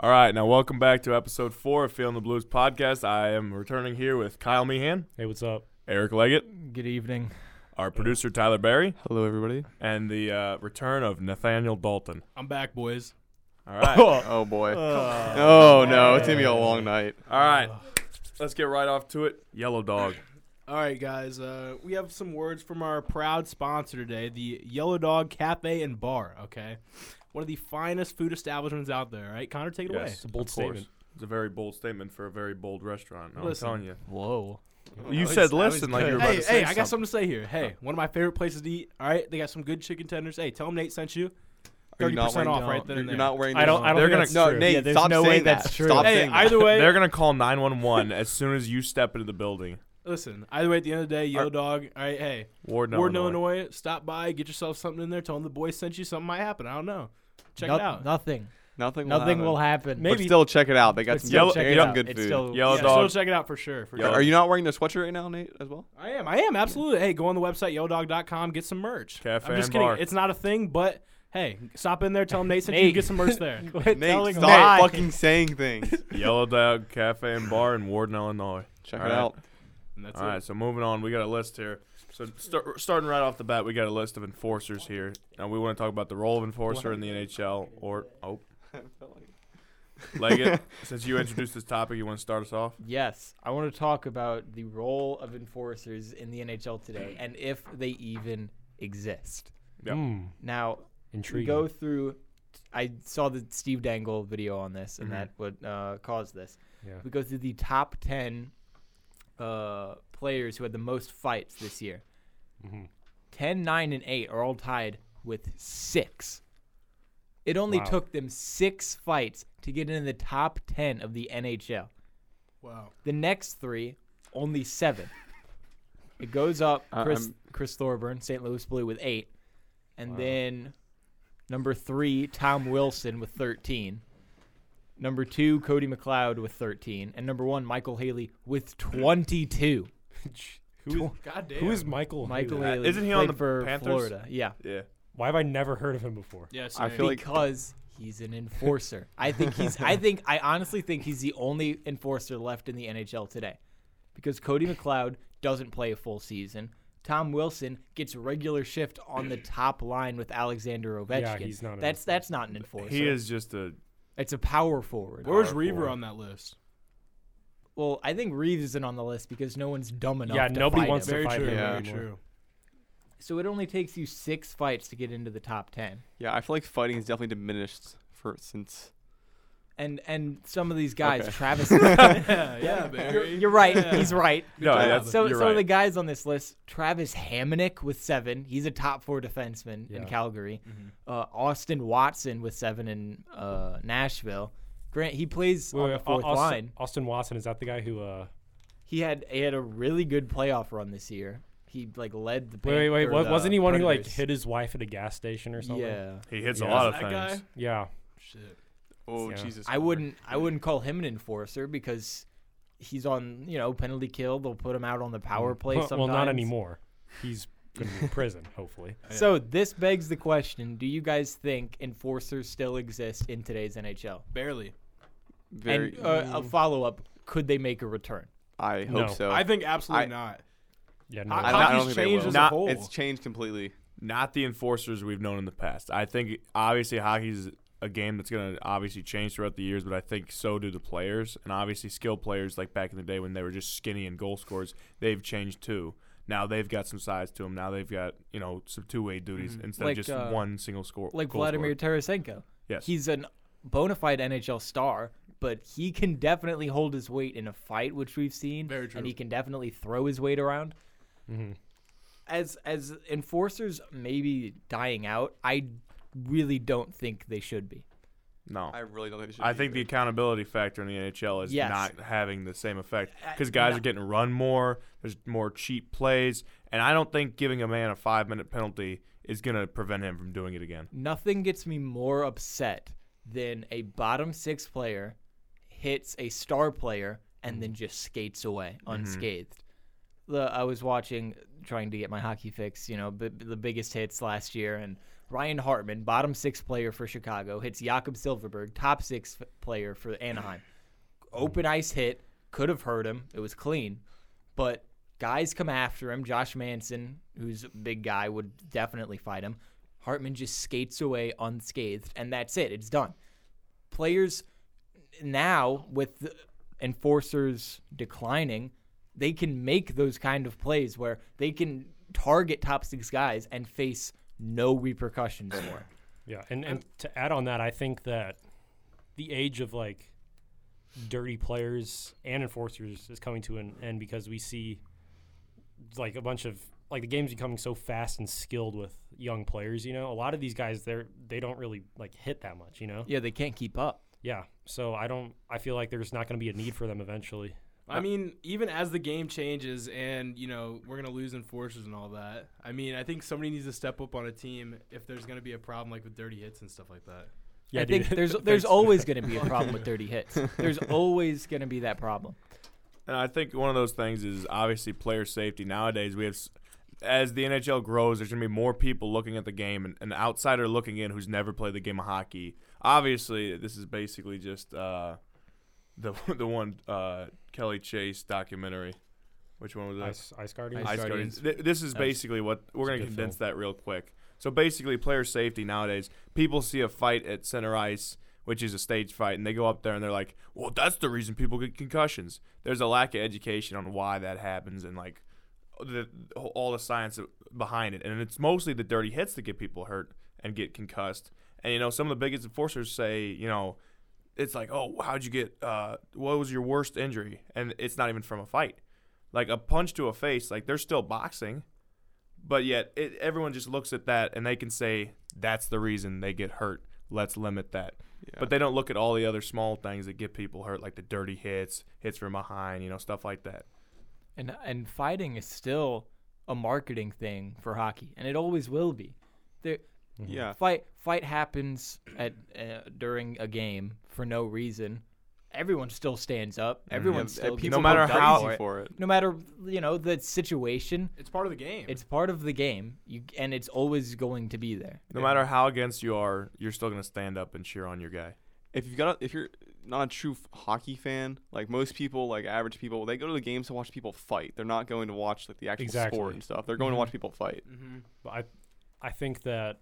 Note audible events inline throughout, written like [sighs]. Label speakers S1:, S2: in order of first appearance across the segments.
S1: All right, now welcome back to episode four of Feeling the Blues podcast. I am returning here with Kyle Meehan,
S2: Hey, what's up?
S1: Eric Leggett,
S3: Good evening.
S1: our producer Tyler Berry,
S4: Hello, everybody.
S1: and the uh, return of Nathaniel Dalton.
S5: I'm back, boys.
S1: All right, all
S4: Oh boy. oh no, it's gonna be a long night.
S1: right, let's get right off to it. Yellow Dog.
S5: All right, guys. Uh, we have some words from our proud sponsor today, the Yellow Dog Cafe and Bar. Okay, one of the finest food establishments out there. Right, Connor, take it
S1: Yes,
S2: a bold
S1: of course.
S2: statement.
S1: It's a very bold statement for a very bold restaurant. I'm
S5: Listen.
S1: telling you.
S3: Whoa.
S1: You said listen like you were
S5: away.
S1: about
S5: Hey,
S1: to
S5: hey,
S1: say
S5: I got something to say here. Hey, one of my favorite places to eat. All right, they got some good chicken tenders. Hey, tell them Nate sent you.
S4: Are you
S5: Thirty
S4: not
S5: percent
S4: wearing-
S5: off right then
S4: You're
S5: and there.
S4: not wearing.
S2: I don't. I don't.
S1: They're
S2: think
S1: gonna-
S2: that's
S4: no,
S2: true.
S4: Nate,
S3: Yeah, there's
S4: stop
S3: no way
S4: saying that.
S3: that's true.
S4: Stop
S5: hey,
S4: saying that.
S5: either way,
S1: They're gonna call 911 as soon as you step into the building.
S5: listen. Either way, at the end of the day, Yellow Dog. All right, hey,
S1: Warden,
S5: Warden,
S1: Illinois.
S5: Illinois. Stop by, get yourself something in there. Tell them the boys sent you. Something might happen. I don't know. Check
S3: No-
S5: it out.
S3: Nothing.
S4: Nothing.
S3: Nothing
S4: happen.
S3: will happen.
S4: But still, check it out. They got
S3: But
S4: some
S3: still
S4: good-
S3: check
S4: they
S3: it
S4: got
S3: out.
S4: good
S3: It's
S4: food.
S3: still-
S1: Yellow
S5: yeah,
S1: Dog.
S5: Still check it out for sure. For
S1: Yellow-
S5: sure.
S4: Are you not wearing the sweatshirt right now, Nate? As well.
S5: I am. I am absolutely. Hey, go on the website yellowdog.com, get some merch.
S1: Cafe
S5: I'm just
S1: and
S5: kidding.
S1: bar.
S5: It's not a thing, but hey, stop in there. Tell them Nate sent you.
S3: Nate.
S5: Get some merch
S2: [laughs]
S5: there.
S3: Quit
S4: Nate,
S3: telling
S4: stop
S3: lies.
S4: fucking saying things.
S1: Yellow Dog Cafe and Bar in Warden, Illinois.
S4: Check
S1: All
S4: it
S1: right.
S4: out.
S5: And that's
S1: All right,
S5: it.
S1: so moving on, we got a list here. So start, starting right off the bat, we got a list of enforcers here, and we want to talk about the role of enforcer in the NHL. Or
S5: [laughs]
S1: oh, Leggett, since you introduced this topic, you want to start us off?
S3: Yes, I want to talk about the role of enforcers in the NHL today and if they even exist.
S1: Yep.
S5: Hmm.
S2: Mm,
S3: Now, we
S2: intriguing.
S3: go through. I saw the Steve Dangle video on this, and that would uh, cause this.
S2: Yeah.
S3: We go through the top ten uh, players who had the most fights this year.
S2: Mhm.
S3: 10, 9, and 8 are all tied with six. It only
S2: Wow.
S3: took them six fights to get into the top 10 of the NHL.
S5: Wow.
S3: The next three, only seven. It goes up
S2: Uh,
S4: I-
S3: Chris
S4: I'm-
S3: Chris Thorburn, St. Louis Blue with eight, and then number three Tom Wilson with thirteen. Number two Cody McLeod with thirteen, and number one Michael Haley
S1: [laughs]
S3: with twenty-two.
S2: who, is,
S5: God damn.
S2: who is Michael?
S3: Michael
S2: Haley?
S3: Haley
S1: Uh, Isn't he on
S3: played
S1: the
S3: for
S1: Panthers?
S3: Florida? Yeah,
S1: Yeah.
S2: Why have I never heard of him before?
S5: Yes.
S4: I feel like-
S3: because he's an enforcer. I think he's. I think I honestly think he's the only enforcer left in the NHL today, because Cody McLeod doesn't play a full season. Tom Wilson gets regular shift on the top line with Alexander Ovechkin.
S2: Yeah, he's not an
S3: that's that's not an enforcer.
S1: He is just a
S3: It's a power forward.
S5: Where's
S1: Power
S5: Reaver
S1: forward.
S5: on that list?
S3: Well, I think Reeves isn't on the list because no one's dumb enough.
S2: Yeah,
S3: to
S2: nobody
S3: fight
S2: wants
S3: him.
S2: to
S5: Very
S2: fight
S5: true.
S2: him
S4: Yeah.
S5: Very
S2: anymore. [laughs]
S5: true.
S3: So it only takes you six fights to get into the top ten.
S4: Yeah, I feel like fighting is definitely diminished for since.
S3: And and some of these guys,
S4: Okay.
S3: Travis.
S2: [laughs]
S5: yeah, yeah,
S3: you're,
S5: baby.
S3: you're right. He's right.
S1: no.
S4: job.
S1: That's,
S3: So
S1: you're
S3: some
S1: right.
S3: of the guys on this list: Travis Hammonick with seven. He's a top four defenseman in
S2: Yeah. Mm-hmm.
S3: Calgary. Uh, Austin Watson with seven in uh, Nashville. Grant he plays
S2: Wait,
S3: on
S2: wait,
S3: the fourth
S2: Austin,
S3: line.
S2: Austin Watson is that the guy who? Uh,
S3: He had he had a really good playoff run this year. He like led the.
S2: wait, wait, wait.
S3: Pan-
S2: wa-
S3: or the
S2: Wasn't he one who like
S3: Predators.
S2: hit his wife at a gas station or something?
S3: Yeah,
S1: he hits a
S2: Yeah.
S1: lot of
S5: That
S1: things.
S5: guy.
S2: Yeah.
S5: Shit.
S4: Oh
S2: Yeah.
S4: Jesus!
S3: I wouldn't I wouldn't call him an enforcer because he's on you know penalty kill. They'll put him out on the power play.
S2: Huh,
S3: Sometimes.
S2: Mm. Well, not anymore. He's gonna be in prison, hopefully.
S3: So this begs the question: Do you guys think enforcers still exist in today's NHL?
S5: Barely.
S4: Very.
S3: and uh, a follow up: Could they make a return?
S4: I hope
S2: No.
S4: so.
S5: I think absolutely
S4: I-
S5: not.
S2: Yeah. No.
S5: I-
S4: I
S2: way.
S4: don't, I
S5: Hockey's
S4: don't think they
S5: changed
S4: will.
S5: as a
S1: Not-
S5: whole.
S4: It's changed completely.
S1: Not the enforcers we've known in the past. I think obviously hockey's a game that's going to obviously change throughout the years, but I think so do the players. And obviously, skilled players like back in the day when they were just skinny and goal scorers, they've changed too. Now they've got some size to them. Now they've got you know some two way duties instead
S3: Like,
S1: of just
S3: uh,
S1: one single score.
S3: Like
S1: goal
S3: Vladimir
S1: scorer.
S3: Tarasenko.
S1: Yes.
S3: he's an bona fide NHL star, but he can definitely hold his weight in a fight, which we've seen.
S5: Very true.
S3: And he can definitely throw his weight around. As as enforcers maybe dying out, I really don't think they should be.
S1: No,
S4: I really don't think they should.
S1: I
S4: be
S1: think the
S4: either.
S1: accountability factor in the NHL is
S3: Yes.
S1: not having the same effect because guys are getting run more. There's more cheap plays, and I don't think giving a man a five minute penalty is going to prevent him from doing it again.
S3: Nothing gets me more upset than a bottom six player hits a star player and then just skates away unscathed. The, I was watching trying to get my hockey fix. You know, b- b- the biggest hits last year and Ryan Hartman, bottom six player for Chicago, hits Jakob Silverberg, top six f- player for Anaheim. Open ice hit could have hurt him. It was clean, but guys come after him. Josh Manson, who's a big guy, would definitely fight him. Hartman just skates away unscathed, and that's it. It's done. Players now with the enforcers declining, they can make those kind of plays where they can target top six guys and face no repercussions for it.
S2: Yeah, and, and to add on that, I think that the age of like dirty players and enforcers is coming to an end because we see like a bunch of like the game's becoming so fast and skilled with young players, you know. A lot of these guys they're they don't really like hit that much, you know?
S3: [clears throat] Yeah, they can't keep up.
S2: Yeah. So I don't I feel like there's not gonna be a need for them eventually.
S5: I mean, even as the game changes and, you know, we're going to lose enforcers and all that, I mean, I think somebody needs to step up on a team if there's going to be a problem like with dirty hits and stuff like that.
S2: Yeah,
S3: I think
S2: dude.
S3: [laughs]
S2: [laughs]
S3: there's there's always going to be a problem with dirty hits. There's always going to be that problem.
S1: And I think one of those things is obviously player safety. Nowadays, we have, s- as the NHL grows, there's going to be more people looking at the game and an outsider looking in who's never played the game of hockey. Obviously, this is basically just uh, the [laughs] the one uh, Kelly Chase documentary. Which one was that?
S2: ice ice guarding.
S5: Ice
S1: Ice
S5: Guardians.
S1: Guardians. Th- This is
S2: That was-
S1: basically what we're
S2: that's a
S1: going to
S2: good
S1: condense that real quick. So basically, player safety nowadays, people see a fight at center ice, which is a stage fight, and they go up there and they're like, "Well, that's the reason people get concussions." There's a lack of education on why that happens and like the, all the science behind it, and it's mostly the dirty hits that get people hurt and get concussed. And you know, some of the biggest enforcers say, you know, it's like, "Oh, how'd you get? Uh, what was your worst injury?" And it's not even from a fight like a punch to a face, like they're still boxing, but yet it, everyone just looks at that and they can say that's the reason they get hurt. Let's limit that. But they don't look at all the other small things that get people hurt, like the dirty hits, hits from behind, you know, stuff like that.
S3: And and fighting is still a marketing thing for hockey, and it always will be. There,
S4: Yeah.
S3: fight fight happens at uh, during a game for no reason. Everyone still stands up. Everyone
S4: Yeah,
S3: still gets
S4: people
S1: Mm-hmm. no matter
S3: pumped up
S1: how-
S4: go
S3: for it.
S4: for it.
S3: no matter you know the situation.
S5: It's part of the game.
S3: It's part of the game, you, and it's always going to be there.
S1: No matter how against you are, you're still gonna stand up and cheer on your guy.
S4: if you've got a, if you're not a true f- hockey fan, like most people, like average people, they go to the games to watch people fight. They're not going to watch like the actual
S2: Exactly.
S4: sport and stuff. They're going to watch people fight.
S5: mm-hmm.
S2: But I, I think that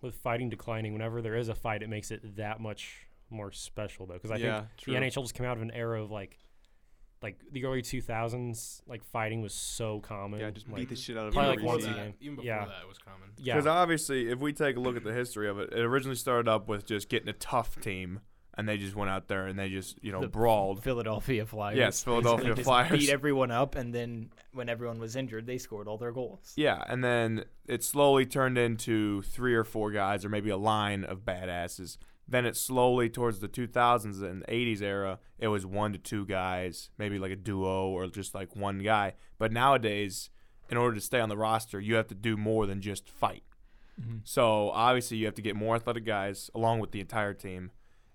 S2: with fighting declining, whenever there is a fight, it makes it that much more special though, because I
S4: yeah,
S2: think the NHL just came out of an era of like, like the early two thousands, like fighting was so common.
S4: yeah, just
S2: like,
S4: beat the shit out of
S2: Probably
S5: Even
S2: like
S4: every
S5: before,
S2: once
S4: team.
S2: a
S5: that,
S2: game.
S5: even before
S2: Yeah.
S5: that, it was common.
S2: yeah,
S1: Because obviously, if we take a look at the history of it, it originally started up with just getting a tough team, and they just went out there and they just you know
S3: The-
S1: brawled.
S3: Philadelphia Flyers.
S1: Yes, Philadelphia
S3: They just
S1: Flyers.
S3: beat everyone up, and then when everyone was injured, they scored all their goals.
S1: Yeah, and then it slowly turned into three or four guys, or maybe a line of badasses. Then it slowly, towards the 2000s and 80s era, it was one to two guys, maybe like a duo or just like one guy. But nowadays, in order to stay on the roster, you have to do more than just fight. So obviously, you have to get more athletic guys along with the entire team.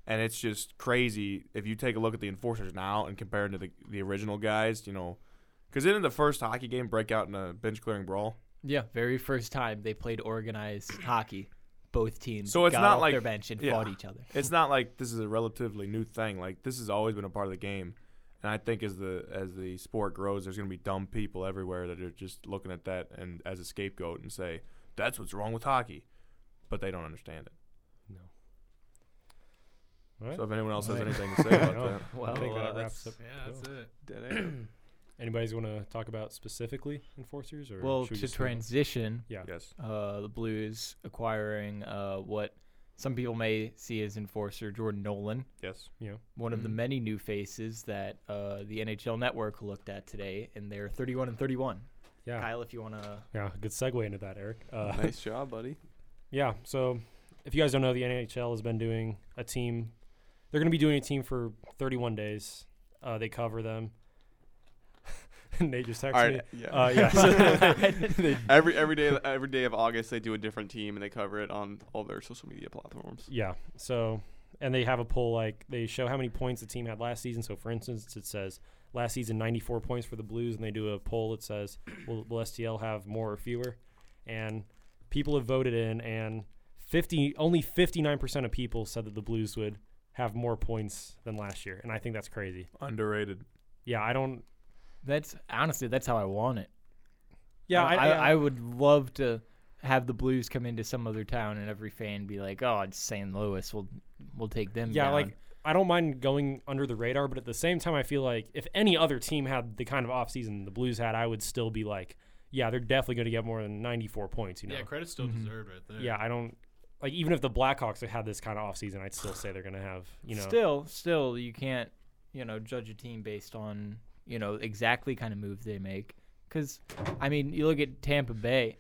S1: And it's just crazy if you take a look at the enforcers now and compare them to the, the original guys, you know. Because didn't the first hockey game break out in a bench clearing brawl?
S3: Yeah, very first time they played
S1: [clears throat]
S3: organized hockey. Both teams
S1: So it's
S3: got
S1: not
S3: off
S1: like-
S3: their bench and
S1: yeah.
S3: fought each other.
S1: it's not like this is a relatively new thing. Like this has always been a part of the game, and I think as the as the sport grows, there's going to be dumb people everywhere that are just looking at that and as a scapegoat and say that's what's wrong with hockey, but they don't understand it.
S2: no. All right.
S1: So if anyone else has
S2: Right.
S1: anything to say about
S2: [laughs] No.
S1: that,
S2: I
S3: Well,
S2: think that
S5: uh,
S2: wraps up.
S5: that's- yeah,
S2: the
S5: that's
S2: show.
S5: it.
S4: Dead air.
S2: Anybody's want to talk about specifically enforcers or
S3: well,
S2: should we
S3: to
S2: just move on?
S3: transition,
S2: Yeah.
S1: yes,
S3: uh, the Blues acquiring uh, what some people may see as enforcer Jordan Nolan,
S1: yes,
S3: one
S1: Mm-hmm.
S3: of the many new faces that uh, the NHL Network looked at today, and they're 31 and 31.
S2: Yeah,
S3: Kyle, if you want
S1: [laughs]
S3: to,
S2: yeah. Good segue into that, Eric. Uh,
S4: [laughs] nice job, buddy.
S2: [laughs] Yeah. So, if you guys don't know, the NHL has been doing a team. They're going to be doing a team for 31 days. Uh, they cover them. [laughs] Nate just texted
S4: All
S2: me.
S4: right, yeah.
S2: Uh,
S3: [laughs]
S2: yeah. so- they-
S4: [laughs] every every day every day of August, they do a different team and they cover it on all their social media platforms. [laughs]
S2: yeah. So, and they have a poll like they show how many points the team had last season. So, for instance, it says last season 94 points for the Blues, and they do a poll that says, will, will STL have more or fewer? And people have voted in, and 50 only 59% of people said that the Blues would have more points than last year, and I think that's crazy.
S1: Underrated.
S2: Yeah, I don't.
S3: [laughs] That's honestly that's how I want it.
S2: Yeah,
S3: I, I, I would love to have the Blues come into some other town and every fan be like, "Oh, it's St. Louis. We'll we'll take them."
S2: Yeah,
S3: down."
S2: like I don't mind going under the radar, but at the same time, I feel like if any other team had the kind of offseason the Blues had, I would still be like, yeah, they're definitely going to get more than 94 points. You know,
S5: Yeah,
S2: yeah,
S5: credit's still deserved right there.
S2: I don't like even if the Blackhawks had this kind of offseason, I'd still say they're going to have you know.
S3: still still you can't you know judge a team based on you know exactly kind of move they make. Because I mean, you look at Tampa Bay.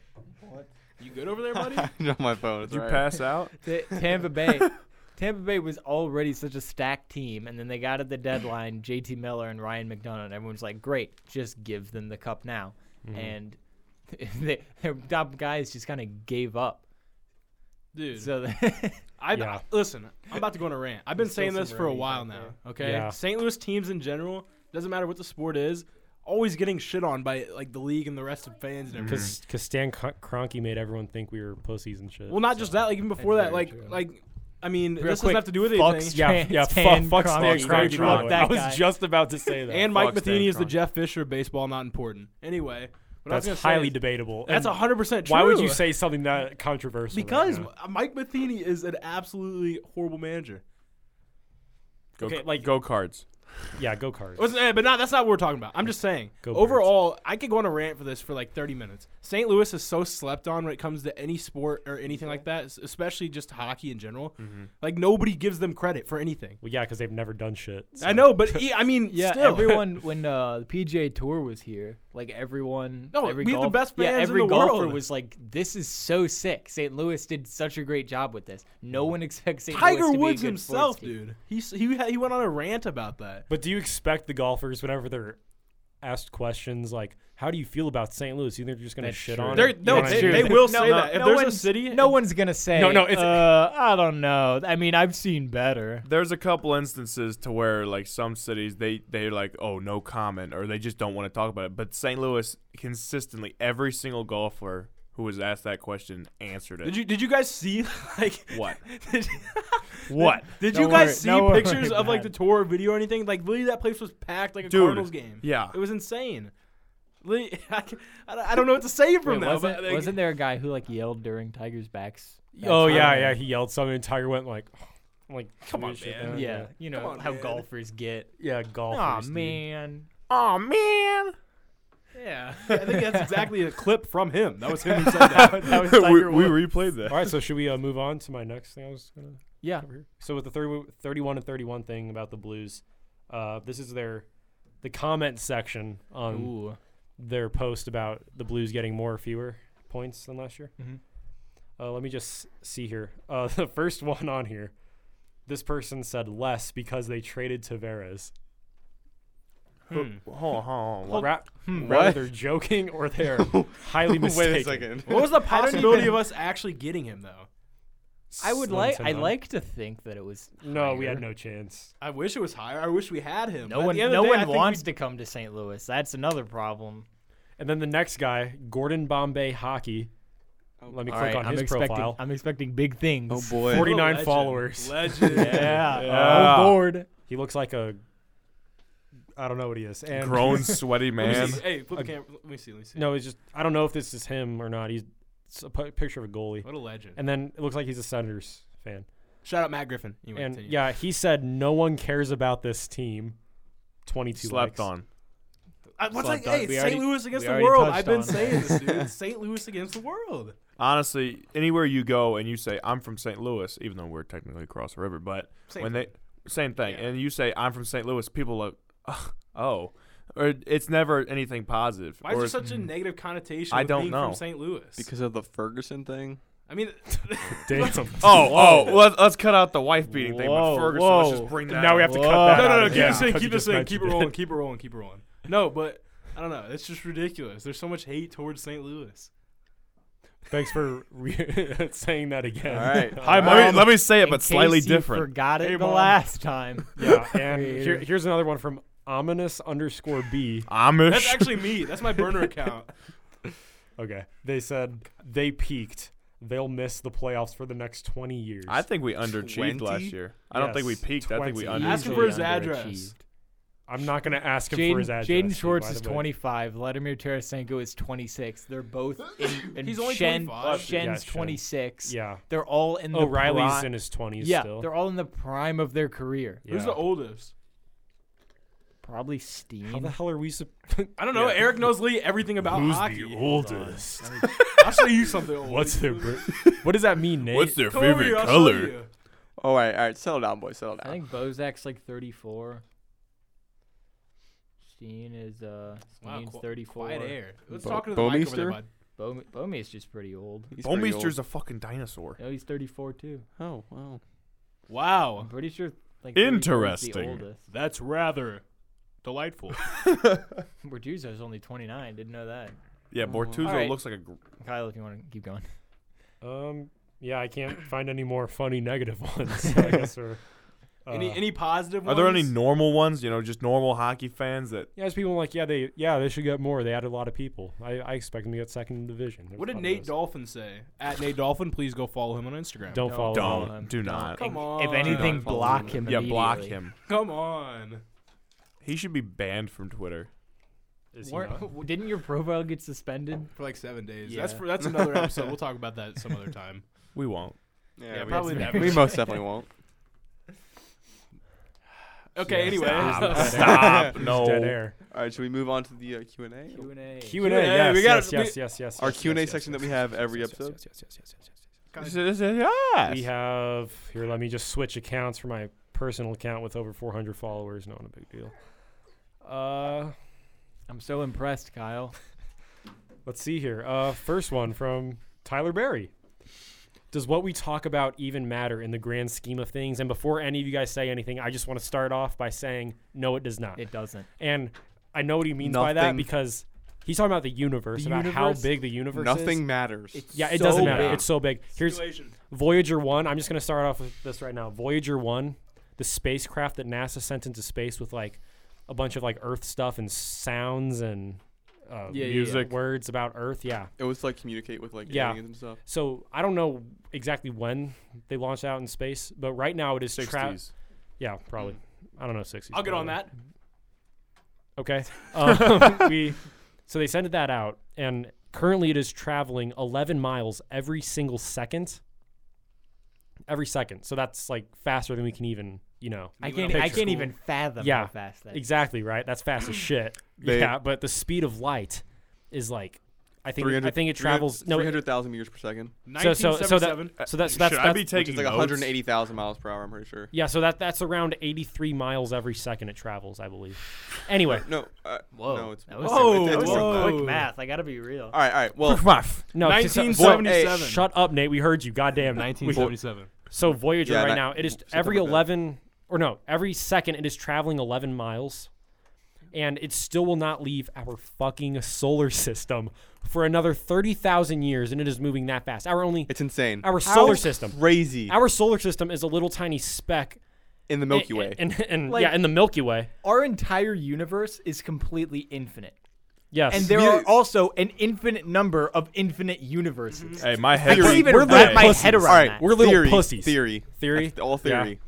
S5: You good over there, buddy?
S4: on my phone. It's
S1: Did you
S4: alright.
S1: pass
S2: [laughs]
S1: out?
S3: Ta- Tampa Bay. Tampa Bay was already such a stacked team, and then they got at the
S2: [laughs]
S3: deadline JT Miller and Ryan McDonough, and everyone's like, "Great, just give them the cup now."
S2: Mm-hmm.
S3: And [laughs] they, their top guys just kind of gave up.
S5: Dude, [laughs]
S3: So
S5: I
S2: Yeah.
S5: listen. I'm about to go on a rant. I've been
S2: There's still
S5: saying this
S2: some
S5: for a
S2: rant
S5: while
S2: out
S5: now. Okay,
S2: Yeah.
S5: St. Louis teams in general doesn't matter what the sport is, always getting shit on by like the league and the rest of fans and everything.
S2: Because Stan Cron- Kroenke made everyone think we were pussies and shit.
S5: Well, not just that. Like even before
S3: That's very
S5: that, like
S3: true.
S5: like I mean, this
S2: quick,
S5: doesn't have to do with
S3: fuck
S5: anything.
S2: yeah,
S3: Stan-
S2: yeah,
S3: Stan
S2: fuck, fuck Stan
S3: Kroenke.
S2: Kroenke.
S3: Fuck
S2: by the way.
S3: that
S2: I was
S3: guy.
S2: just about to say that.
S5: And Mike
S1: Fuck Stan
S5: Matheny is the
S1: Kroenke.
S5: Jeff Fisher of baseball, not important. Anyway, what I was
S2: that's
S5: gonna say
S2: highly
S5: is
S2: debatable.
S5: That's
S2: And
S5: hundred percent true.
S2: Why would you say something that controversial? right
S5: Because
S2: now?
S5: Mike Matheny is an absolutely horrible manager.
S1: Go,
S2: Okay,
S1: c-
S2: like-
S1: go cards.
S2: yeah, go cards.
S5: Wasn't- eh, but not, that's not what we're talking about. I'm just saying.
S2: Go Birds.
S5: overall, I could go on a rant for this for like 30 minutes. St. Louis is so slept on when it comes to any sport or anything like that, s- especially just hockey in general. Like nobody gives them credit for anything.
S2: Well, yeah, because they've never done shit.
S5: I know, [laughs] but e- I mean,
S3: yeah,
S5: still.
S3: everyone when uh, the PGA Tour was here, like everyone,
S5: No,
S3: every
S5: we have the
S3: golf-
S5: best
S3: yeah,
S5: fans in
S3: every
S5: the
S3: golfer
S5: world.
S3: was like, "This is so sick." St. Louis did such a great job with this. No one expects St.
S5: [laughs] Mm. Tiger
S3: Louis to
S5: Woods
S3: be a good sports
S5: himself,
S3: team.
S5: dude. He s- he ha- he went on a rant about that.
S2: But do you expect the golfers, whenever they're asked questions like, "How do you feel about St. Louis?" You think they're just gonna
S3: That's
S2: shit
S3: true.
S2: on?
S5: They're-
S2: it?
S5: [laughs]
S2: You
S5: no,
S2: know what I
S5: they-
S2: mean?
S5: they will say that. If there's a
S3: one's-
S5: city-
S3: no one's gonna say.
S2: No, no, it's-
S3: uh, I don't know. I mean, I've seen better.
S1: There's a couple instances to where like some cities they they're like oh no comment or they just don't want to talk about it. But St. Louis consistently every single golfer who was asked that question answered it.
S5: Did you did you guys see [laughs] like
S1: what?
S5: did,
S1: What?
S5: did
S3: No
S5: you guys
S3: worry-
S5: see
S3: no worry
S5: pictures of
S3: about
S5: like the
S3: it.
S5: tour video or anything? Like literally, that place was packed like a
S1: Dude,
S5: Cardinals game.
S1: yeah.
S5: it was insane. Li- [laughs] I, I don't know what to say from
S3: Wait,
S5: that.
S3: wasn't,
S5: but, like,
S3: wasn't there a guy who like yelled during Tiger's backs?
S2: Oh
S3: backside?
S2: yeah, yeah. He yelled something, and Tiger went like, [sighs] I'm like,
S5: Come on,
S2: "Shit,
S5: man."
S2: man."
S3: yeah. You know
S5: Come on,
S3: how
S5: man.
S3: golfers get.
S2: yeah. Golfers.
S3: Aw
S2: dude.
S3: man.
S1: Oh man.
S5: Yeah, I
S3: [laughs]
S5: think that's exactly a clip from him. That was him who said [laughs] that.
S2: That
S1: [laughs]
S2: was
S1: we,
S2: Tiger
S1: we
S2: Woods.
S1: replayed that.
S2: All right, so should we uh, move on to my next thing? I was
S3: [laughs]
S2: gonna.
S3: Yeah.
S2: over here. So with the 30, 31 and 31 thing about the Blues, uh, this is their the comment section on
S3: Ooh.
S2: their post about the Blues getting more or fewer points than last year.
S4: Mm-hmm.
S3: Mhm.
S2: Uh, let me just see here. Uh, [laughs] the first one on here, this person said less because they traded Tavares.
S1: Hold on, hold on, hold on.
S2: Ra- Rather
S4: hmm, What?
S2: they're joking
S4: [laughs]
S2: or they're highly
S4: [laughs]
S2: mistaken.
S4: Wait a second.
S5: What was the
S3: don't
S5: possibility
S3: even-
S5: of us [laughs] actually getting him though?
S3: I would
S2: Slim
S3: like.
S2: to
S3: I
S2: none.
S3: like to think that it was.
S2: No, we had
S3: higher.
S2: no chance.
S5: I wish it was higher. I wish we had him.
S3: No
S5: At
S3: one.
S5: the end
S3: No
S5: of the day, I
S3: one
S5: think
S3: wants to come to St. Louis. That's another problem.
S2: And then the next guy, Gordon Bombay Hockey. Let me
S3: Oh, All
S2: click
S3: right,
S2: on
S3: I'm
S2: his
S3: expecting.
S2: profile.
S3: I'm expecting big things.
S4: Oh boy.
S5: we-
S2: 49
S5: Legend.
S2: followers.
S5: [laughs]
S2: Uh,
S3: [laughs]
S5: Legend.
S3: Yeah.
S1: Yeah.
S3: Uh,
S4: Oh,
S3: I'm bored.
S2: He looks like a. I don't know what he is. And
S5: [laughs]
S1: Grown sweaty
S5: Let me
S1: man.
S5: see. Hey, flip the camera. Let me see. Let me see.
S2: No, it's just I don't know if this is him or not. He's it's a pu- picture of a goalie,
S5: What a legend.
S2: and then it looks like he's a Senators fan.
S5: Shout out Matt Griffin. Anyway,
S2: And
S5: continue.
S2: yeah, he said no one cares about this team. Twenty-two
S1: Slept
S2: likes.
S1: on.
S5: I, what's
S3: Slept on-
S5: like, hey, it's
S3: we
S5: St.
S3: already-
S5: Louis against
S3: we
S5: the
S3: already
S5: world.
S3: touched
S5: I've been
S3: on
S5: saying this,
S3: [laughs]
S5: dude. It's St. Louis against the world.
S1: Honestly, anywhere you go and you say I'm from St. Louis, even though we're technically across the river, but
S5: Same
S1: when they same thing,
S5: Yeah.
S1: and you say I'm from St. Louis, people look, "Ugh, oh, or it's never anything positive.
S5: Why is
S1: or
S5: there such a negative connotation?
S1: I
S5: with
S1: don't
S5: being
S1: know.
S5: From St. Louis.
S4: Because of the Ferguson thing?
S5: I mean, [laughs]
S2: Damn.
S1: oh, oh, let's, let's cut out the wife beating thing. But
S3: Whoa,
S1: Ferguson, let's just
S3: whoa.
S1: bring that.
S2: [laughs] now we
S1: up.
S2: have to cut
S3: Whoa.
S2: that.
S5: no, no,
S2: out
S5: no.
S2: again
S5: Keep
S2: because
S5: saying,
S2: you
S5: keep
S2: just
S5: this saying, keep it
S2: mentioned
S5: rolling, keep it rolling, keep it rolling. No, but I don't know. It's just ridiculous. There's so much hate towards St. Louis.
S2: Thanks for re- [laughs] saying that again.
S4: All right.
S1: Hi,
S4: All right.
S1: let, me, let me say it,
S3: In
S1: but slightly
S3: case you
S1: different.
S3: Forgot it
S2: Hey,
S3: the
S2: [laughs] Mom.
S3: last time.
S2: Yeah, and here, here's another one from ominous underscore b.
S1: Amish. [laughs]
S5: That's actually me. That's my burner account.
S2: Okay, they said they peaked. They'll miss the playoffs for the next twenty years.
S1: I think we underachieved
S4: 20?
S1: last year. I don't think we
S2: Yes,
S1: peaked. I think we
S2: 20.
S1: underachieved.
S5: Ask him for his address.
S2: I'm not gonna ask him for
S3: Jaden
S2: his address.
S3: Jaden
S2: dude,
S3: Schwartz
S2: by
S3: is
S2: the way.
S3: 25. Vladimir Tarasenko is 26. [laughs] They're both in. in
S5: He's only
S3: Shen, uh,
S5: 25.
S3: Shen's
S2: Yeah, Shen.
S3: 26.
S2: Yeah.
S3: They're all in the.
S2: O'Reilly's
S3: pri-
S2: Oh, in his twenties
S3: Yeah,
S2: still.
S3: they're all in the prime of their career.
S2: Yeah.
S5: Who's the oldest?
S3: Probably
S2: How
S3: Steen.
S2: the hell are we? Sup-
S5: I don't know.
S2: Yeah.
S5: Eric knows Lee everything about
S2: Who's
S5: hockey.
S2: the oldest?
S5: I'll show you something. Old.
S2: What's their? br- what does that mean, Nate?
S1: What's their
S5: Come over
S1: favorite
S5: here, I'll show
S1: color?
S5: you.
S4: All right, all right, settle down, boys, settle
S3: I
S4: down.
S3: think Bozak's like 34. Steen is uh,
S5: Wow,
S3: Steen's
S5: qu-
S3: 34.
S5: quiet air. Let's
S4: Bo-
S5: talk to the mic over there,
S4: Bomeister?
S5: bud.
S3: Bo- Bomey's just pretty old.
S4: He's pretty
S1: Bomeister's a fucking dinosaur.
S3: No, he's 34 too.
S4: old. Oh wow.
S3: I'm
S5: Wow,
S3: pretty sure. Like 34 is the
S1: Interesting.
S3: oldest.
S5: that's rather delightful.
S3: Bertuzzo's only 29. Didn't know that.
S1: Yeah,
S4: wow.
S1: Bortuzzo
S3: All right.
S1: looks like a. gr-
S3: Kyle, if you want to keep going.
S2: Um. Yeah, I can't find any more funny negative [laughs] ones. So I guess we're. Uh,
S5: any any positive?
S1: Are there any
S5: ones?
S1: normal ones? You know, just normal hockey fans that.
S2: yeah, there's people like yeah they yeah they should get more. They added a lot of people. I, I expect them to get second in the division. They're
S5: What did
S2: fun
S5: Nate
S2: those.
S5: Dolphin say? At Nate Dolphin, please go follow him on Instagram.
S2: Don't
S3: No,
S2: follow.
S3: don't.
S2: him.
S3: Um,
S1: do not.
S5: Come on.
S3: If anything, block him.
S1: Yeah, block
S3: immediately.
S1: him.
S5: Come on.
S1: He should be banned from Twitter.
S2: Is he not?
S3: Weren't- didn't your profile get suspended?
S5: For like seven days.
S3: Yeah.
S5: That's for,
S4: [laughs]
S5: that's another episode. We'll talk about that some other time.
S1: We won't.
S4: Yeah,
S5: Yeah,
S4: we,
S5: probably
S4: we
S5: never.
S4: most definitely won't.
S5: Okay. anyway, [laughs]
S2: Stop.
S1: Stop.
S2: He's
S1: no.
S2: Dead air.
S4: All right, should we move on to the uh, Q and A?
S3: Q and A.
S2: Q and A.
S5: Q&A,
S2: Yes,
S5: we gotta-
S2: yes, yes, yes, yes.
S4: Our
S2: yes,
S4: Q and A
S2: yes, yes,
S4: section
S2: yes,
S4: that we
S2: yes,
S4: have
S2: yes,
S4: every
S2: yes,
S4: episode.
S2: yes, yes, yes, yes, yes, yes, yes.
S1: This is- this is- yes.
S2: We have here. Let me just switch accounts for my personal account with over 400 followers. Not a big deal. Uh,
S3: I'm so impressed, Kyle.
S2: let's see here. Uh, first one from Tyler Berry. Does what we talk about even matter in the grand scheme of things? And before any of you guys say anything, I just want to start off by saying no, it does not.
S3: It doesn't.
S2: and I know what he means by that
S4: Nothing.
S2: because he's talking about the universe,
S3: The
S2: about how
S3: universe?
S2: big the universe is.
S4: Nothing matters.
S3: It's
S2: Yeah, it
S3: so
S2: doesn't matter.
S3: big.
S2: It's so big. Here's
S5: Simulation.
S2: Voyager 1, I'm just going to start off with this right now. Voyager 1, the spacecraft that NASA sent into space with like a bunch of like Earth stuff and sounds and uh,
S3: Yeah, yeah, yeah.
S1: Music.
S2: words about Earth. Yeah.
S4: It was to, like communicate with like
S2: Yeah.
S4: aliens and stuff.
S2: So I don't know exactly when they launched out in space, but right now it is tra-
S1: 60s.
S2: Yeah, probably. I don't know,
S5: Mm.
S2: 60s.
S5: I'll get on
S2: probably.
S5: that.
S2: Okay.
S5: [laughs]
S2: Um, we so they sent that out, and currently it is traveling 11 miles every single second. Every second, so that's like faster than we can even, you know.
S3: I
S5: You
S3: can't. e,
S5: went
S3: I
S5: to
S3: can't
S5: school.
S3: even fathom
S2: Yeah,
S3: how fast that. Is.
S2: Exactly right. That's
S5: [laughs]
S2: fast as shit.
S4: They-
S2: yeah, but the speed of light is like, I think
S4: 300,
S2: I think it travels. No,
S4: three hundred thousand meters per second,
S2: so so so that
S5: 1977.
S2: so that's
S1: Should
S2: that's,
S1: I
S2: that's
S1: be
S4: which
S1: taking
S4: is like
S1: notes?
S4: one
S1: [laughs]
S4: hundred eighty thousand miles per hour. I'm pretty sure.
S2: yeah. So that that's around 83 miles every second it travels, I believe.
S4: [laughs]
S2: Anyway,
S4: No, uh,
S3: Whoa.
S4: no, it's
S3: that was
S5: Whoa,
S4: it's-
S3: That
S4: it's-
S3: was
S5: whoa.
S3: some quick math. I gotta be real.
S4: All right, all right. Well,
S2: no, it's just-
S5: 1977.
S2: shut up, Nate. We heard you.
S4: [laughs]
S2: Goddamn, We-
S5: 1977.
S2: So Voyager
S4: Yeah,
S2: right
S4: that-
S2: now, it is
S4: something
S2: every
S4: like that.
S2: eleven or no, every second it is traveling eleven miles, and it still will not leave our fucking solar system for another thirty thousand years, and it is moving that fast. Our only
S4: it's insane.
S2: our
S4: How
S2: solar system.
S4: crazy
S2: Our solar system is a little tiny speck.
S4: in the Milky Way.
S2: and, and, and-
S3: Like-
S2: yeah, in the Milky Way.
S3: Our entire universe is completely infinite,
S2: Yes,
S3: and there
S4: Yeah.
S3: are also an infinite number of infinite universes.
S1: Hey, my head.
S3: can't
S1: was-
S3: even
S1: we're like-
S3: wrap my head around
S4: all right,
S3: that.
S2: we're little
S4: theory,
S2: pussies.
S4: Theory,
S2: Theory?
S4: That's all
S2: Yeah.
S4: theory.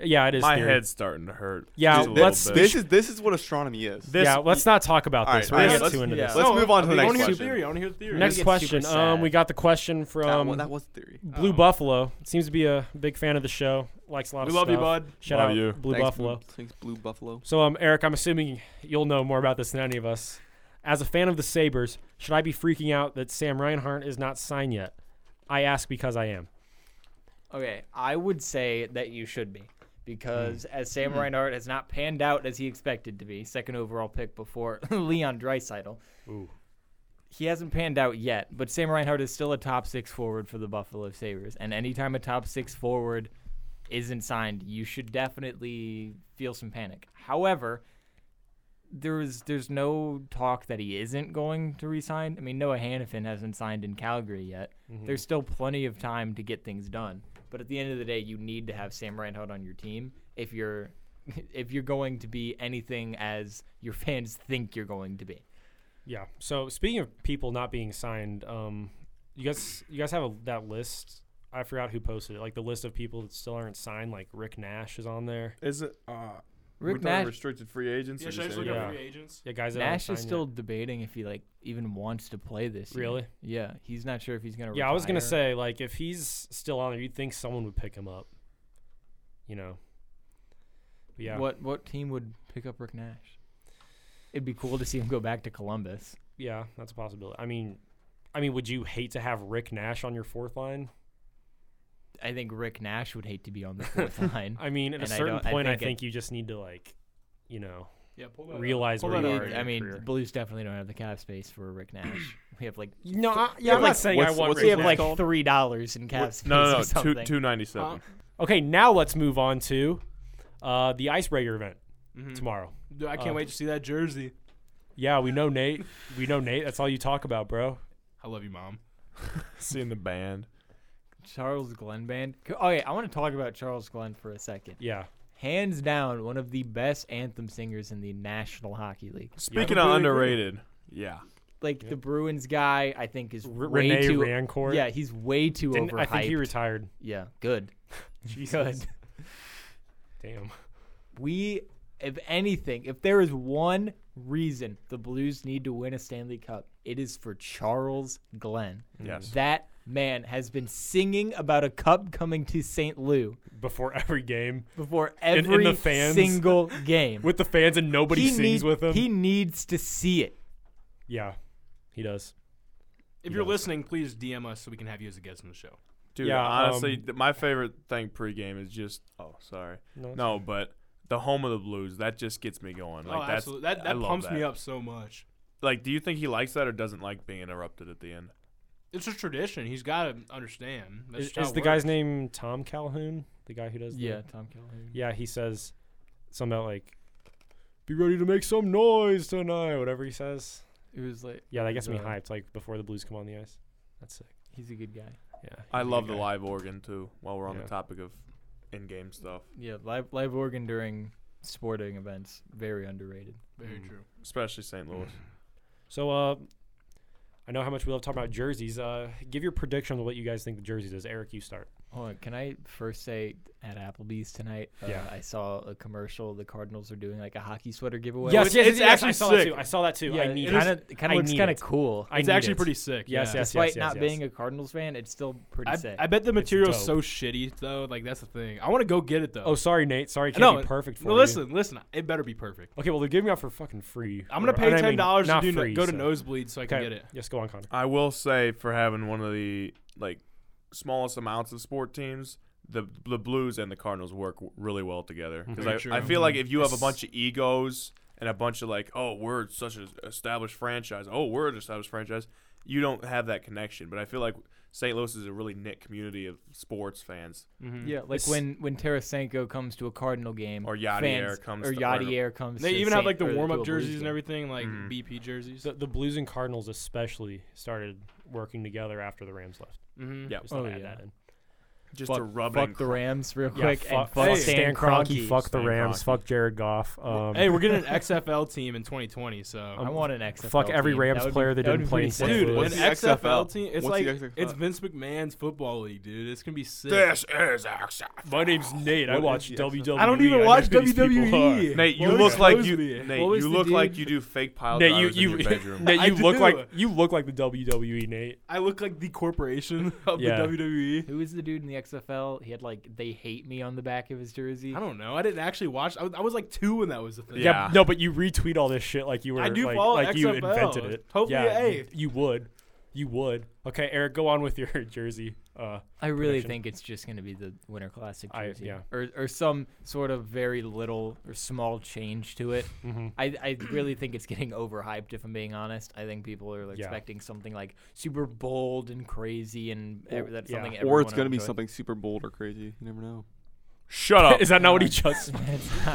S2: yeah, it is.
S1: My
S2: theory.
S1: head's starting to hurt.
S2: Yeah,
S1: just a little
S2: let's-
S1: bit.
S4: This is this is what astronomy is.
S1: this-
S2: yeah, let's not talk about
S4: All right,
S2: this.
S4: all
S2: We're
S4: right,
S2: gonna get
S4: let's-
S2: too into
S3: yeah.
S2: this.
S4: Let's move on to the
S5: I
S4: next
S5: want to hear
S4: question.
S5: theory. I want to hear the theory.
S2: Next
S3: get
S2: question.
S3: super
S2: Um,
S3: sad.
S2: we got the question
S4: That,
S2: from
S4: one, Um, that was theory.
S2: Blue Buffalo seems to be a big fan of the show. Likes a lot
S5: We
S2: of
S5: love
S2: stuff.
S5: you, bud.
S2: Shout
S1: Love
S2: out
S1: you.
S2: Blue
S4: Thanks,
S2: Buffalo.
S4: Thanks, Blue Buffalo.
S2: So, um, Eric, I'm assuming you'll know more about this than any of us. As a fan of the Sabers, should I be freaking out that Sam Reinhart is not signed yet? I ask because I am.
S3: Okay, I would say that you should be because as Sam Reinhart has not panned out as he expected to be, second overall pick before [laughs] Leon Dreisaitl.
S2: Ooh.
S3: He hasn't panned out yet, but Sam Reinhart is still a top six forward for the Buffalo Sabres. And anytime a top six forward isn't signed, you should definitely feel some panic. However, there is there's no talk that he isn't going to resign. I mean, Noah Hannafin hasn't signed in Calgary yet.
S2: Mm-hmm.
S3: There's still plenty of time to get things done. But at the end of the day, you need to have Sam Reinhardt on your team if you're [laughs] if you're going to be anything as your [laughs] fans think you're going to be.
S2: Yeah. So speaking of people not being signed, um, you guys, you guys have a, that list. I forgot who posted it. Like the list of people that still aren't signed. Like Rick Nash is on there.
S1: Is it? Uh, we're
S3: Rick
S1: talking
S3: Nash,
S1: restricted free agents. or
S5: Yeah, should I
S1: just
S5: just look
S1: any-
S5: up
S2: Yeah.
S5: free agents?
S2: Yeah, guys. That aren't
S3: Nash is
S2: signed
S3: still debating if he like even wants to play this.
S2: yet.
S3: year.
S2: really.
S3: Yeah, he's not sure if he's gonna.
S2: Yeah, I was gonna
S3: retire.
S2: say like if he's still on there, you'd think someone would pick him up. You know. But yeah.
S3: What what team would pick up Rick Nash? It'd be cool to see him go back to Columbus.
S2: Yeah, that's a possibility. I mean, I mean, would you hate to have Rick Nash on your fourth line?
S3: I think Rick Nash would hate to be on the
S2: [laughs]
S3: fourth line.
S2: I mean, at
S3: And
S2: a
S3: I
S2: certain
S3: don't- I
S2: point, I
S3: think
S2: think,
S3: it-
S2: you just need to like, you know,
S5: Yeah, pull that up.
S2: realize
S5: Pull
S2: where
S5: that
S2: you
S5: up.
S2: are. in
S3: I
S2: your
S3: mean,
S2: career.
S3: the Blues definitely don't have the cap space for Rick [clears throat] Nash. we have like
S2: no, I,
S4: yeah,
S2: yeah,
S4: I'm
S2: I'm
S4: like,
S2: not saying I
S4: what's-
S2: want
S4: what's
S2: Rick
S4: the
S3: we have
S2: Nash.
S3: like
S4: called?
S3: three dollars in cap space
S1: No,
S3: or
S1: no, no.
S3: something.
S1: Two two ninety seven.
S5: Huh?
S2: Okay, now let's move on to uh, the icebreaker event
S3: Mm-hmm.
S2: tomorrow.
S5: Dude, I can't
S2: Uh,
S5: wait to see that jersey.
S2: Yeah, we know Nate. We know Nate. That's all you talk about, bro.
S5: I love you, mom.
S1: Seeing the band.
S3: Charles Glenn band. C- Okay, I want to talk about Charles Glenn for a second.
S2: Yeah.
S3: Hands down, one of the best anthem singers in the National Hockey League.
S1: Speaking
S5: Completely
S1: of
S5: agree.
S1: underrated, yeah.
S3: Like
S2: Yeah.
S3: the Bruins guy, I think is
S2: R-
S3: way
S2: Renee
S3: too.
S2: Rancourt.
S3: Yeah, he's way too
S2: Didn't-
S3: overhyped.
S2: I think he retired.
S3: yeah, [laughs] good.
S2: Jesus.
S3: Good.
S2: Damn.
S3: We, if anything, if there is one reason the Blues need to win a Stanley Cup, it is for Charles Glenn.
S1: Yes.
S3: That man has been singing about a cup coming to St. Lou
S2: Before [laughs] every game
S3: before
S2: in
S3: every
S2: the fans. [laughs]
S3: single game.
S2: with the fans and nobody
S3: he
S2: sings
S3: need-
S2: with him.
S3: He needs to see it.
S2: yeah, he does.
S5: If you're listening, please DM us so we can have you as a guest on the show.
S1: Dude,
S2: Yeah,
S1: honestly,
S2: um,
S1: th- my favorite thing pregame is just oh, sorry.
S2: No, it's
S1: No, but the home of the Blues, that just gets me going. Like
S5: oh,
S1: that's
S5: absolutely. That,
S1: I
S5: that
S1: love
S5: pumps
S1: that.
S5: me up so much.
S1: Like, do you think he likes that or doesn't like being interrupted at the end?
S5: It's a tradition. He's got to understand. That's
S2: Is,
S5: just how
S2: is
S5: it
S2: the guy's
S5: works.
S2: name Tom Calhoun? The guy who does the-
S3: Tom Calhoun.
S2: yeah, he says something about like, "Be ready to make some noise tonight," whatever he says.
S3: It was like
S2: Yeah, that gets me
S3: Yeah.
S2: hyped. Like before the Blues come on the ice. That's sick.
S3: he's a good guy.
S2: Yeah,
S1: I
S2: he's a
S1: love
S2: good
S1: the
S2: guy.
S1: live organ too. While we're on
S2: Yeah.
S1: the topic of in-game stuff,
S3: Yeah, live live organ during sporting events very underrated.
S5: Very
S1: Mm.
S5: true.
S1: especially St. Louis.
S2: So, uh, I know how much we love talking about jerseys. Uh, give your prediction on what you guys think the jerseys is. Eric, you start.
S3: Hold on, can I first say at Applebee's tonight? Uh,
S2: Yeah.
S3: I saw a commercial. The Cardinals are doing like a hockey sweater giveaway. uh,
S5: Yes, yes, yes,
S2: I
S5: actually
S2: saw that
S5: sick.
S2: too. I saw that too.
S3: yeah,
S2: I need
S3: kind
S2: it.
S3: of kind
S2: I
S3: of looks
S2: need
S3: kind of
S2: it.
S3: cool.
S2: I
S5: it's
S2: need
S5: actually
S2: it.
S5: pretty sick.
S2: Yes,
S5: yeah.
S2: yes,
S3: Despite
S2: yes,
S3: not
S2: yes.
S3: being a Cardinals fan, it's still pretty
S5: I,
S3: sick.
S5: I bet the material's so
S2: dope.
S5: shitty though. Like that's the thing. I want to go get it though.
S2: Oh, sorry, Nate. Sorry, it can't
S5: no,
S2: be perfect for
S5: no,
S2: you.
S5: listen, listen. It better be perfect.
S2: Okay, well they're giving out for fucking free.
S5: I'm gonna
S2: Or-
S5: pay
S2: I mean,
S5: ten dollars to
S2: not
S5: do no-
S2: free,
S5: go to
S2: so-
S5: nosebleed so I can
S2: Okay.
S5: get it.
S2: Yes, go on, Connor.
S1: I will say for having one of the like smallest amounts of sport teams, the the Blues and the Cardinals work w- really well together.
S5: Very
S1: Because
S5: true.
S1: I, I feel like if you have a
S2: Yes.
S1: bunch of egos and a bunch of like, oh, we're such an established franchise, oh, we're an established franchise, you don't have that connection. But I feel like St. Louis is a really knit community of sports fans.
S5: Mm-hmm.
S3: yeah, like
S2: It's-
S3: when when Tarasenko comes to a Cardinal game,
S1: Or Yadier
S3: fans-
S1: comes
S3: or
S1: to- or-
S3: Yadier comes.
S5: They
S3: to
S5: even have
S3: Saint-
S5: like the
S3: or
S5: warm
S3: to
S5: up
S3: a Blues
S5: jerseys and
S3: game.
S5: everything, like
S2: Mm-hmm.
S1: Mhm.
S5: BP jerseys.
S2: The, the Blues and Cardinals especially started working together after the Rams left.
S5: mm-hmm.
S1: Yeah.
S2: Just to
S3: Oh,
S2: add
S3: yeah.
S2: that in.
S1: Just
S3: Fuck,
S1: to rub it in
S3: fuck the
S1: cr-
S3: Rams real
S2: Yeah,
S3: quick and
S2: fuck,
S3: fuck
S5: fuck
S3: Stan Kroenke.
S2: Fuck the
S1: Stan
S2: Rams.
S1: Kroenke.
S2: Fuck Jared Goff. Um,
S5: Hey, we're getting an XFL team in 2020, so
S3: I want an XFL.
S2: fuck every
S3: team.
S2: Rams
S3: That would be-
S2: player that
S3: would
S2: didn't
S3: be
S2: play
S3: pretty
S2: in St.
S3: sick.
S5: dude,
S2: Louis.
S5: an
S4: What's the
S5: XFL,
S4: XFL?
S5: team. It's
S4: What's the
S5: like
S4: XFL?
S5: it's Vince McMahon's football league, dude. It's gonna be sick.
S1: This is XFL.
S2: My name's Nate.
S4: What is the XFL?
S2: WWE.
S5: I don't even
S2: E. know
S5: watch E.
S2: who these people
S5: WWE.
S2: are.
S1: Nate, you
S5: What
S1: look
S5: was-
S1: like
S5: what
S1: you.
S5: was the-
S1: Nate,
S3: what was
S1: you
S3: the
S1: look like
S3: dude-
S1: you do fake pile
S2: Nate, you
S1: drivers
S2: you
S1: in your bedroom.
S2: Nate,
S5: I
S2: you look
S5: do.
S2: like you look like the WWE Nate.
S5: I look like the corporation [laughs] of
S2: Yeah.
S5: the E. WWE.
S3: Who was the dude in the XFL? He had like they hate me on the back of his jersey.
S5: I don't know. I didn't actually watch. I was, I was like two when that was a thing.
S1: Yeah.
S2: No, but you retweet all this shit like you were
S5: I do
S2: like,
S5: follow
S2: like you
S5: XFL.
S2: invented it.
S5: Hopefully,
S2: yeah,
S5: hey.
S2: you- you would. You would. Okay, Eric, go on with your [laughs] jersey. Uh,
S3: I really
S2: prediction.
S3: think it's just going to be the Winter Classic
S2: I-
S3: jersey,
S2: yeah.
S3: or or some sort of very little or small change to it.
S2: mhm.
S3: I I really think it's getting overhyped. If I'm being honest, I think people are
S2: Yeah.
S3: expecting something like super bold and crazy, and ev- that's
S2: yeah.
S3: something.
S4: Or
S3: everyone
S4: it's gonna be
S3: will enjoy.
S4: something super bold or crazy. You never know.
S1: Shut [laughs] up.
S2: [laughs] Is that not what he just?
S5: [laughs]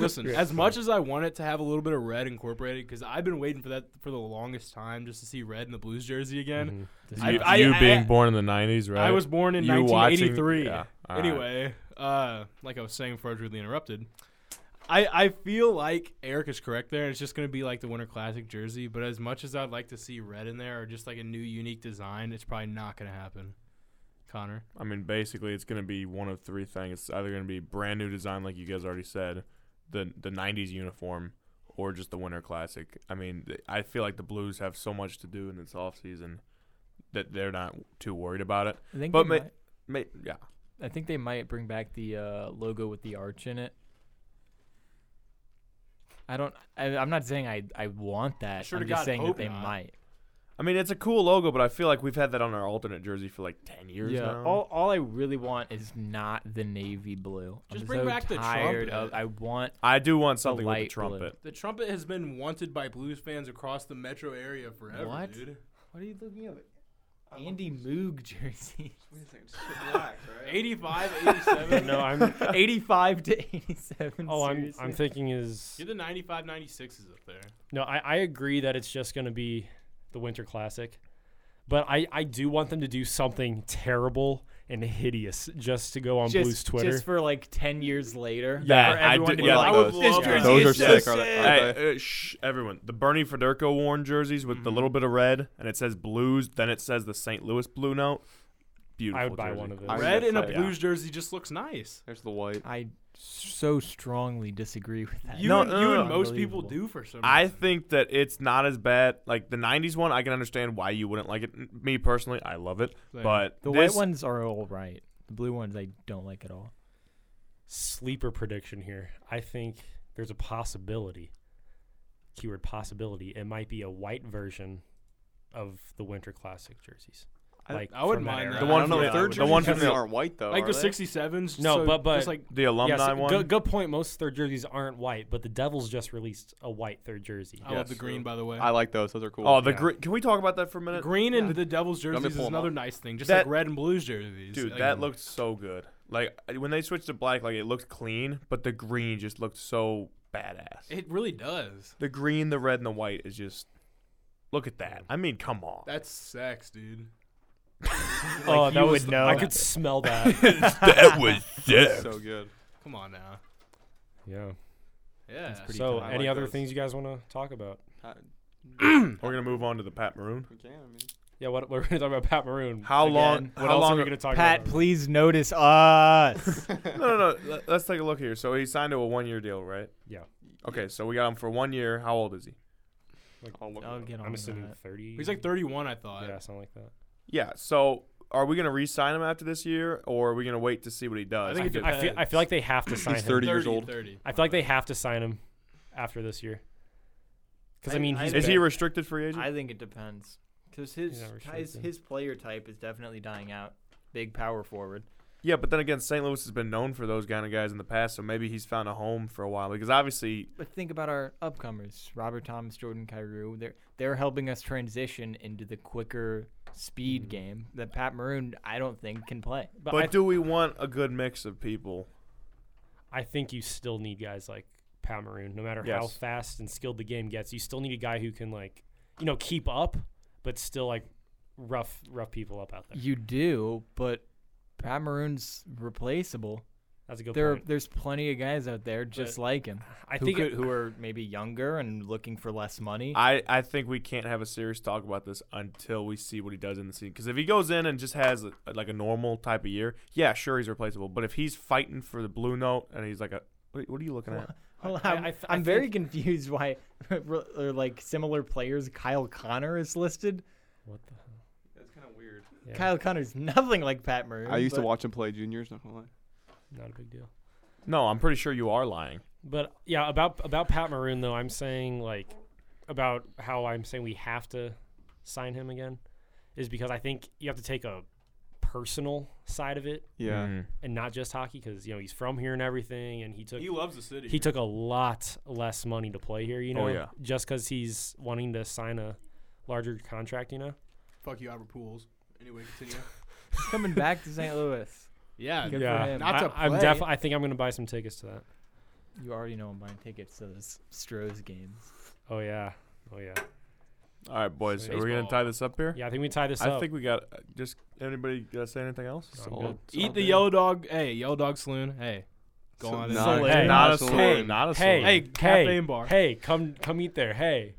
S1: [laughs]
S5: listen. As much as I want it to have a little bit of red incorporated, because I've been waiting for that for the longest time, just to see red in the Blues jersey again.
S1: Mm-hmm.
S3: This
S5: I-
S3: is-
S1: you,
S5: I-
S1: you
S5: I-
S1: being born in the '90s, right?
S5: I was born in
S1: You watching-
S5: 1983.
S1: yeah, all right.
S5: anyway, uh, like I was saying before I was rudely interrupted, I, I feel like Eric is correct there. It's just going to be like the Winter Classic jersey, but as much as I'd like to see red in there or just like a new unique design, it's probably not going to happen. Connor,
S1: I mean, basically, it's going to be one of three things. It's either going to be brand new design, like you guys already said, the the '90s uniform, or just the Winter Classic. I mean, th- I feel like the Blues have so much to do in this off season that they're not too worried about it.
S3: I think,
S1: But
S3: they
S1: ma-
S3: might,
S1: May- yeah,
S3: I think they might bring back the uh, logo with the arch in it. I don't. I, I'm not saying I, I want that.
S2: Sure
S3: I'm
S2: to
S3: just
S2: God,
S3: saying that
S2: hope
S3: they
S2: not.
S3: might.
S1: I mean, it's a cool logo, but I feel like we've had that on our alternate jersey for like ten years
S3: yeah.
S1: now.
S3: All, all I really want is not the navy blue. I'm
S5: Just bring
S3: so
S5: back the
S3: tired
S5: trumpet.
S3: of. I want.
S1: I do want something with a
S3: light blue.
S1: trumpet.
S5: the trumpet has been wanted by blues fans across the metro area forever,
S3: What?
S5: dude.
S3: What are you looking at? Andy Moog [laughs] jersey.
S4: Wait a second, just relax,
S5: [laughs]
S4: right?
S5: 85, 87.
S2: [laughs] no,
S3: [laughs]
S2: I'm.
S3: 85 to 87.
S2: Oh, I'm.
S3: seriously.
S2: I'm thinking is
S5: Get the 95, 96s up there.
S2: no. I, I agree that it's just going to be the Winter Classic, but I I do want them to do something terrible and hideous just to go on
S3: just,
S2: Blues Twitter.
S3: Just for like 10 years later.
S1: Yeah, I
S3: for
S1: do-
S3: everyone to be
S1: yeah,
S3: like,
S4: I would
S3: this
S5: love
S3: jersey
S4: Those
S3: is
S4: are
S3: just
S4: sick. Are they? Are they?
S1: Hey, uh, shh, everyone, the Bernie Federico worn jerseys with the little bit of red, and it says Blues. Then it says the St. Louis Blue Note. Beautiful.
S2: I would buy
S1: jersey.
S2: one of those.
S4: I would
S5: Red in a
S4: say-
S5: blues jersey just looks nice.
S4: There's the white.
S3: I so strongly disagree with that.
S5: You,
S1: No,
S5: and,
S1: no,
S5: you
S1: no,
S5: and
S1: no.
S5: most people
S3: Unbelievable.
S5: do for some reason.
S1: I think that it's not as bad. Like the '90s one, I can understand why you wouldn't like it. N- Me personally, I love it.
S5: Same.
S1: But
S3: the
S1: this,
S3: white ones are all right. The blue ones I don't like at all.
S2: sleeper prediction here. I think there's a possibility, keyword possibility, it might be a white version of the Winter Classic jerseys.
S4: I-
S2: like
S5: I wouldn't
S2: from that
S5: mind
S2: era.
S5: that.
S1: The one
S4: I don't know.
S1: from the-
S4: third
S1: the
S4: jerseys
S1: one from
S4: definitely
S1: the-
S4: aren't white though.
S5: like
S4: are
S5: the
S4: they?
S5: 67s.
S2: No,
S5: so
S2: but- but-
S5: just like
S1: the alumni
S2: Yeah, see,
S1: one.
S2: Good, good point. Most third jerseys aren't white, but the Devils just released a white third jersey.
S5: I love oh, the
S4: Yes.
S5: green, by the way.
S4: I like those. Those are cool.
S1: oh, the
S2: Yeah.
S1: gre- can we talk about that for a
S5: The
S1: minute?
S5: green and the Devil's
S4: me
S5: jerseys
S4: pull
S5: is
S4: 'em
S5: another
S4: up.
S5: nice thing, just
S1: That-
S5: like red and blues jerseys.
S1: Dude,
S5: Like, mm.
S1: that looked so good. Like I- when they switched to black, like it looked clean, but the green just looked so badass.
S5: It really does.
S1: the green, the red, and the white is just. Look at that. I mean, come on.
S5: That's sex, dude.
S2: oh,
S1: you
S2: that was
S1: would know.
S2: I could smell that.
S1: [laughs] that was sick.
S4: so good.
S5: Come on now.
S2: [laughs] yeah.
S5: Yeah.
S4: pretty
S2: So,
S4: tight. I
S2: any
S4: like
S2: other
S4: those.
S2: things you guys want to talk about?
S4: I-
S1: We're gonna move on to the Pat Maroon.
S4: we can, I mean.
S2: Yeah, what we're going to talk about Pat Maroon.
S1: How
S3: Again,
S1: long?
S2: what
S1: how
S2: else
S1: long
S2: are we going to talk
S3: Pat,
S2: [laughs] about?
S3: please notice us.
S4: [laughs]
S1: no, no, no. Let- Let's take a look here. So he signed to a one-year deal, right?
S2: Yeah.
S1: Okay, so we got him for one year. How old is he?
S4: I'll look it
S3: I'll
S4: up.
S3: get on
S2: I'm assuming
S3: that.
S2: 30.
S5: He's like 31, I thought.
S2: Yeah, something like that.
S1: Yeah. So are we gonna re-sign him after this year, or are we gonna wait to see what he does?
S5: I think
S2: I
S5: it
S2: feel, I feel, I feel like they have to sign him.
S4: 30 years old.
S5: 30.
S2: I feel like they have to sign him after this year. Because I
S3: I-
S2: mean,
S3: I
S2: he's
S1: is he
S3: bet.
S1: a restricted free agent?
S3: I think it depends because
S2: He's
S3: his
S2: not
S3: his,
S2: restricted.
S3: his player type is definitely dying out. Big power forward.
S1: yeah, but then again, St. Louis has been known for those kind of guys in the past, so maybe he's found a home for a while. Because obviously,
S3: But think about our upcomers: Robert Thomas, Jordan Cairo. They're they're helping us transition into the quicker
S2: Mm-hmm.
S3: speed game that Pat Maroon I don't think can play.
S2: but,
S1: but
S2: I,
S1: do we want a good mix of people?
S2: I think you still need guys like Pat Maroon, no matter how
S1: Yes.
S2: fast and skilled the game gets. You still need a guy who can like, you know, keep up, but still like rough rough people up out there.
S3: You do, but Pat Maroon's replaceable.
S2: That's a good
S3: there
S2: point.
S3: there's plenty of guys out there just like him
S2: I
S3: who
S2: think
S3: could,
S2: it-
S3: who are maybe younger and looking for less money.
S1: I, I think we can't have a serious talk about this until we see what he does in the season. Because if he goes in and just has a, like a normal type of year, yeah, sure he's replaceable. But if he's fighting for the blue note and he's like a what, what are you looking at?
S3: Well,
S2: I-
S3: I'm,
S2: I th- I
S3: I'm very confused why [laughs] re- or like similar players Kyle Connor is listed.
S2: what the hell?
S4: That's kind of weird.
S2: Yeah,
S3: Kyle Connor's nothing like Pat Maroon.
S4: I used to
S3: but-
S4: watch him play juniors. Not gonna lie.
S2: not a big deal.
S1: No, I'm pretty sure you are lying.
S2: But yeah, about about Pat Maroon though, I'm saying like about how I'm saying we have to sign him again is because I think you have to take a personal side of it
S4: Yeah.
S1: Hmm.
S2: and not just hockey because you know he's from here and everything and he took
S5: He loves the city.
S2: he took a lot less money to play here, you know,
S1: Oh, yeah.
S2: just because he's wanting to sign a larger contract, you know.
S5: Fuck you, Albert Pools. Anyway, continue.
S3: [laughs] coming back to St. Louis.
S5: [laughs] yeah.
S3: Good for Yeah. him.
S5: Not to
S2: I, am
S5: play.
S2: def- I think I'm gonna buy some tickets to that.
S3: You already know I'm buying tickets to those Strohs games.
S2: Oh yeah, oh yeah,
S1: All right, boys,
S2: So
S1: are we gonna
S5: baseball.
S1: tie this up here?
S2: yeah. I think we tie this
S1: I
S2: up.
S1: think we got just anybody gotta say anything else?
S2: I'm
S4: Solid.
S2: good.
S5: Eat
S4: Solid.
S5: the Yellow Dog. Hey, Yellow Dog Saloon. Hey. Go
S4: So
S5: on. and-
S4: not,
S2: Soleil.
S1: Not a
S4: Soleil.
S1: salute. Not a
S2: Hey,
S1: salute.
S5: Hey, cafe
S2: hey,
S5: and bar.
S2: [laughs] hey, come come eat there. Hey,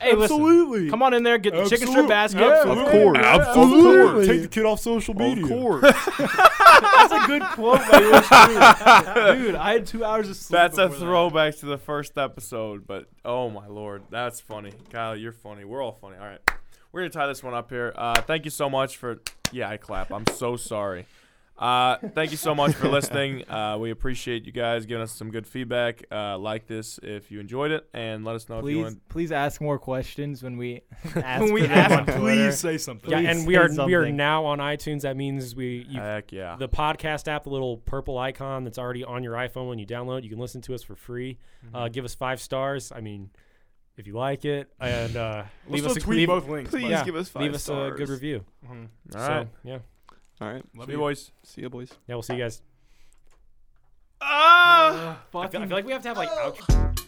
S5: Hey, listen.
S1: Absolutely.
S5: Come on in there, get the chicken strip
S1: Absolute-
S5: basket.
S1: Absolutely.
S4: Of course.
S1: Absolutely.
S4: Of course.
S1: Take the kid off social media.
S4: Of course.
S5: That's a good quote. by yours truly. Dude, I had two hours of sleep.
S1: That's a
S5: before that.
S1: throwback to the first episode, but oh my lord, that's funny. Kyle, you're funny. We're all funny. All right. We're going to tie this one up here. Uh, thank you so much for. Yeah, I clap. I'm so sorry. Uh, thank you so much for listening. Uh, we appreciate you guys giving us some good feedback. Uh, like this if you enjoyed it, and let us know if you
S3: Please,
S1: want.
S3: please ask more questions when we [laughs] ask
S5: When we
S3: for them
S5: ask,
S3: on Twitter.
S5: please say something.
S2: yeah,
S3: Please
S2: and we
S3: say
S2: are we are
S3: something.
S2: now on iTunes. That means we you
S1: Heck yeah.
S2: the podcast app, the little purple icon that's already on your iPhone when you download, you can listen to us for free. Uh, give us five stars. I mean, if you like it, and uh,
S5: We'll
S2: leave
S5: still
S2: us a
S5: tweet
S2: leave,
S5: both links.
S4: Please
S2: Yeah,
S4: give us five
S2: leave us
S4: stars.
S2: a good review.
S5: Mhm.
S1: all right.
S2: So, yeah,
S4: All right.
S5: Love
S1: See you,
S5: you.
S1: boys.
S4: See you, boys.
S2: yeah, we'll see you guys.
S5: Ah,
S1: Ah!
S2: I feel, I feel like we have to have like outro.